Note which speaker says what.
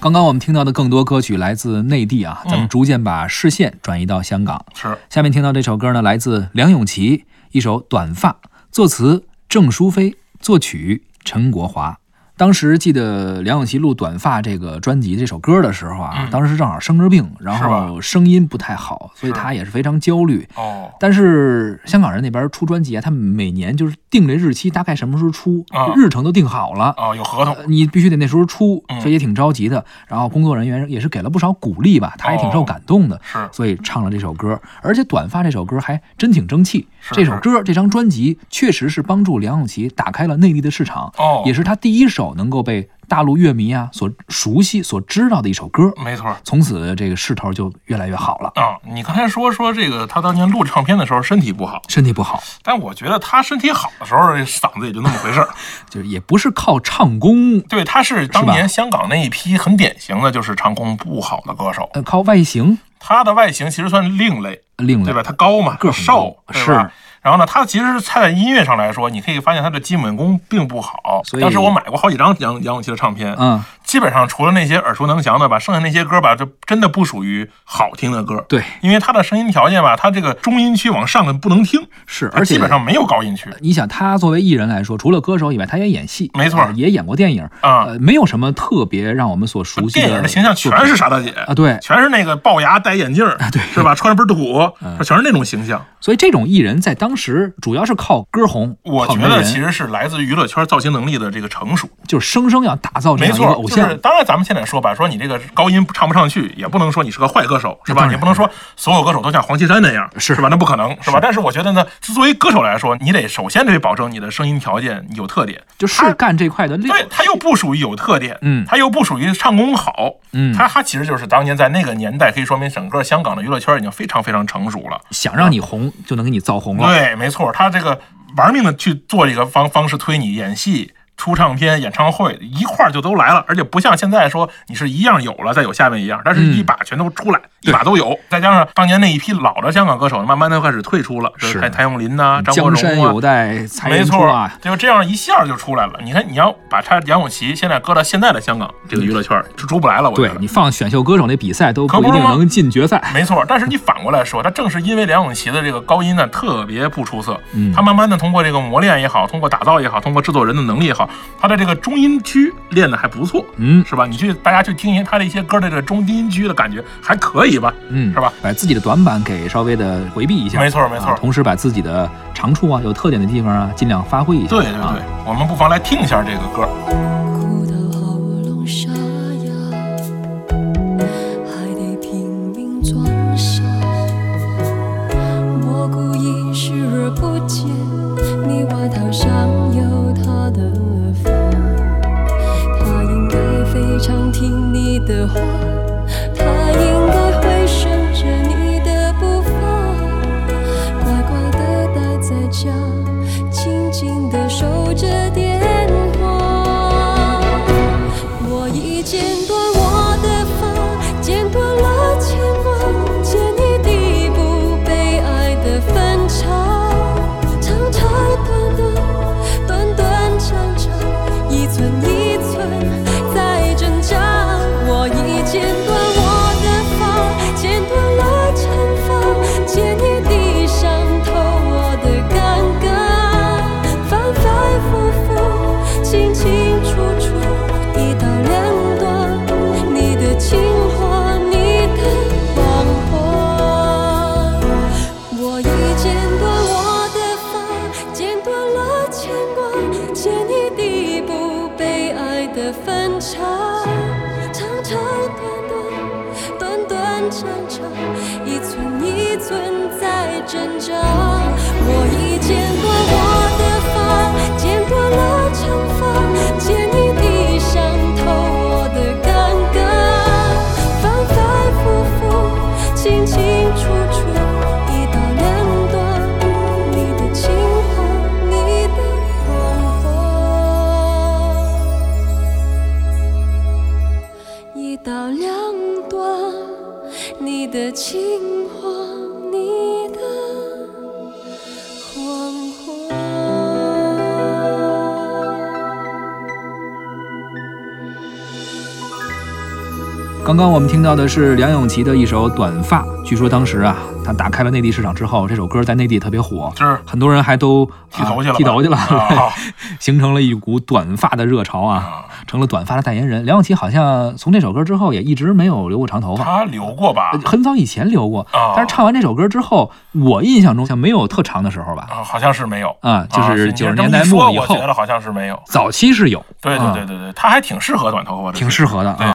Speaker 1: 刚刚我们听到的更多歌曲来自内地啊，咱们
Speaker 2: 嗯
Speaker 1: 逐渐把视线转移到香港。
Speaker 2: 是
Speaker 1: 下面听到这首歌呢，来自梁咏琪，一首《短发》，作词郑淑菲，作曲陈国华。当时记得梁咏琪录《短发》这个专辑这首歌的时候啊，
Speaker 2: 嗯
Speaker 1: 当时正好生着病，然
Speaker 2: 是
Speaker 1: 后声音不太好，所以
Speaker 2: 是
Speaker 1: 她也是非常焦虑。
Speaker 2: 哦，
Speaker 1: 但是香港人那边出专辑啊，他们每年就是定这日期，大概什么时候出，
Speaker 2: 啊
Speaker 1: 日程都定好了。
Speaker 2: 哦，有合同
Speaker 1: 呃，你必须得那时候出，
Speaker 2: 嗯
Speaker 1: 所以也挺着急的。然后工作人员也是给了不少鼓励吧，他也
Speaker 2: 哦
Speaker 1: 挺受感动的，
Speaker 2: 是
Speaker 1: 所以唱了这首歌。而且《短发》这首歌还真挺争气，
Speaker 2: 是
Speaker 1: 这首歌这张专辑确实是帮助梁咏琪打开了内地的市场，
Speaker 2: 哦，
Speaker 1: 也是她第一首能够被大陆乐迷啊所熟悉、所知道的一首歌。
Speaker 2: 没错。
Speaker 1: 从此这个势头就越来越好了，
Speaker 2: 啊、你刚才说说这个，他当年录唱片的时候身体不好，
Speaker 1: 身体不好
Speaker 2: 但我觉得他身体好的时候，这嗓子也就那么回 事儿。
Speaker 1: 就是也不是靠唱功。
Speaker 2: 对，他是当
Speaker 1: 是吧
Speaker 2: 年香港那一批很典型的就是唱功不好的歌手。
Speaker 1: 呃，靠外形
Speaker 2: 他的外形其实算另类，
Speaker 1: 另类
Speaker 2: 对吧？他高嘛，
Speaker 1: 个儿很
Speaker 2: 瘦
Speaker 1: 高，
Speaker 2: 对吧
Speaker 1: 是？
Speaker 2: 然后呢，他其实他在音乐上来说，你可以发现他的基本功并不好
Speaker 1: 所。以
Speaker 2: 当时我买过好几张杨杨咏琪的唱片，
Speaker 1: 嗯，
Speaker 2: 基本上除了那些耳熟能详的吧，剩下那些歌吧，这真的不属于好听的歌。，
Speaker 1: 对，
Speaker 2: 因为他的声音条件吧，他这个中音区往上的不能听，
Speaker 1: 是，
Speaker 2: 它
Speaker 1: 而且
Speaker 2: 基本上没有高音区。
Speaker 1: 你想，他作为艺人来说，除了歌手以外，他也演戏，
Speaker 2: 没错
Speaker 1: 呃也演过电影，
Speaker 2: 啊
Speaker 1: 呃，没有什么特别让我们所熟悉
Speaker 2: 电影的形象
Speaker 1: 作品
Speaker 2: 全是傻大姐
Speaker 1: 啊，对，啊
Speaker 2: 全是那个龅牙戴眼镜儿，
Speaker 1: 对嗯
Speaker 2: 是吧？穿着倍儿土，它全是那种形象。
Speaker 1: 所以这种艺人在当时主要是靠歌红，
Speaker 2: 我
Speaker 1: 靠
Speaker 2: 觉
Speaker 1: 媒
Speaker 2: 得
Speaker 1: 人
Speaker 2: 其实是来自于娱乐圈造型能力的这个成熟，
Speaker 1: 就是生生要打造这
Speaker 2: 没
Speaker 1: 样一个
Speaker 2: 错，
Speaker 1: 偶
Speaker 2: 就
Speaker 1: 像
Speaker 2: 是，当然，咱们现在说吧，说你这个高音唱不上去，也不能说你是个坏歌手，是
Speaker 1: 那当
Speaker 2: 吧？
Speaker 1: 然
Speaker 2: 也不能说所有歌手都像黄绮珊那样，
Speaker 1: 是
Speaker 2: 是吧？那不可能，是吧？但是我觉得呢，作为歌手来说，你得首先得保证你的声音条件有特点，
Speaker 1: 就是干这块的料，
Speaker 2: 对，他又不属于有特点，
Speaker 1: 嗯
Speaker 2: 他又不属于唱功好，
Speaker 1: 嗯
Speaker 2: 他他其实就是当年在那个年代，可以说明整个香港的娱乐圈已经非常非常成熟了。
Speaker 1: 想让你红就能给你造红了，
Speaker 2: 对，没错，他这个玩命的去做这个方方式推你演戏。出唱片、演唱会一块儿就都来了，而且不像现在说你是一样有了再有下面一样，但是一
Speaker 1: 嗯
Speaker 2: 把全都出来，一把都有。再加上当年那一批老的香港歌手，慢慢的开始退出了，
Speaker 1: 是
Speaker 2: 谭谭咏麟呐、张国
Speaker 1: 江山有
Speaker 2: 荣啊，
Speaker 1: 待才
Speaker 2: 没
Speaker 1: 人出
Speaker 2: 错
Speaker 1: 啊，，
Speaker 2: 就这样一下就出来了。你看，你要把他梁咏琪现在搁到现在的香港这个娱乐圈，就出不来了。我觉
Speaker 1: 对
Speaker 2: 得
Speaker 1: 你放选秀歌手那比赛都
Speaker 2: 可
Speaker 1: 不一
Speaker 2: 不是
Speaker 1: 定
Speaker 2: 吗
Speaker 1: 能进决赛，
Speaker 2: 没错，但是你反过来说，他正是因为梁咏琪的这个高音呢特别不出色，
Speaker 1: 嗯
Speaker 2: 他慢慢的通过这个磨练也好，通过打造也好，通过制作人的能力也好，他的这个中音区练的还不错，
Speaker 1: 嗯
Speaker 2: 是吧？你去大家去听一听他的一些歌的这个中低音区的感觉还可以吧？
Speaker 1: 嗯，
Speaker 2: 是吧？
Speaker 1: 把自己的短板给稍微的回避一下，
Speaker 2: 没错没错
Speaker 1: 啊同时把自己的长处啊、有特点的地方啊，尽量发挥一下。
Speaker 2: 对对对，
Speaker 1: 啊
Speaker 2: 我们不妨来听一下这个歌，
Speaker 3: 哭到喉咙沙哑，还得拼命装傻。我故意视而不见，你外套上有他的发，他应该非常听你的话，他应该会顺着你的步伐，乖乖的待在家，静静的守着电话。我已剪断我的发，剪断了牵挂，剪一地不被爱的分岔，长长短短，短短长长，一寸一寸在挣扎。我已剪断我的发，剪断了惩罚，剪一地伤透我的尴尬，反反复复，清清楚楚，一刀两断，你的情话，你的谎话。我已剪断我的发，剪断了牵挂，剪一地不被爱的分岔，长长短短，短短长长，一寸一寸在挣扎。我已剪断我的发，剪断了长发，剪一地伤透我的尴尬，反反复复，清清楚楚。一刀两断，你的情话，你的谎话。一刀两断，你的情话，你的谎话。
Speaker 1: 刚刚我们听到的是梁咏琪的一首《短发》，据说当时啊，她打开了内地市场之后，这首歌在内地特别火，
Speaker 2: 是
Speaker 1: 很多人还都
Speaker 2: 剃头去
Speaker 1: 啊
Speaker 2: 了吧，
Speaker 1: 剃头 去了，
Speaker 2: 啊
Speaker 1: 形成了一股短发的热潮啊，
Speaker 2: 啊
Speaker 1: 成了短发的代言人。梁咏琪好像从这首歌之后也一直没有留过长头发，
Speaker 2: 他留过吧
Speaker 1: 呃？很早以前留过，
Speaker 2: 啊
Speaker 1: 但是唱完这首歌之后，我印象中像没有特长的时候吧，
Speaker 2: 啊，好像是没有。
Speaker 1: 啊，就是
Speaker 2: 啊
Speaker 1: 九十
Speaker 2: 你这
Speaker 1: 年
Speaker 2: 么
Speaker 1: 代
Speaker 2: 一说
Speaker 1: 末以
Speaker 2: 我
Speaker 1: 后
Speaker 2: 觉，得好像是没有。
Speaker 1: 早期是有，
Speaker 2: 对对对对对，他还挺适合短头发的。
Speaker 1: 挺适合的啊。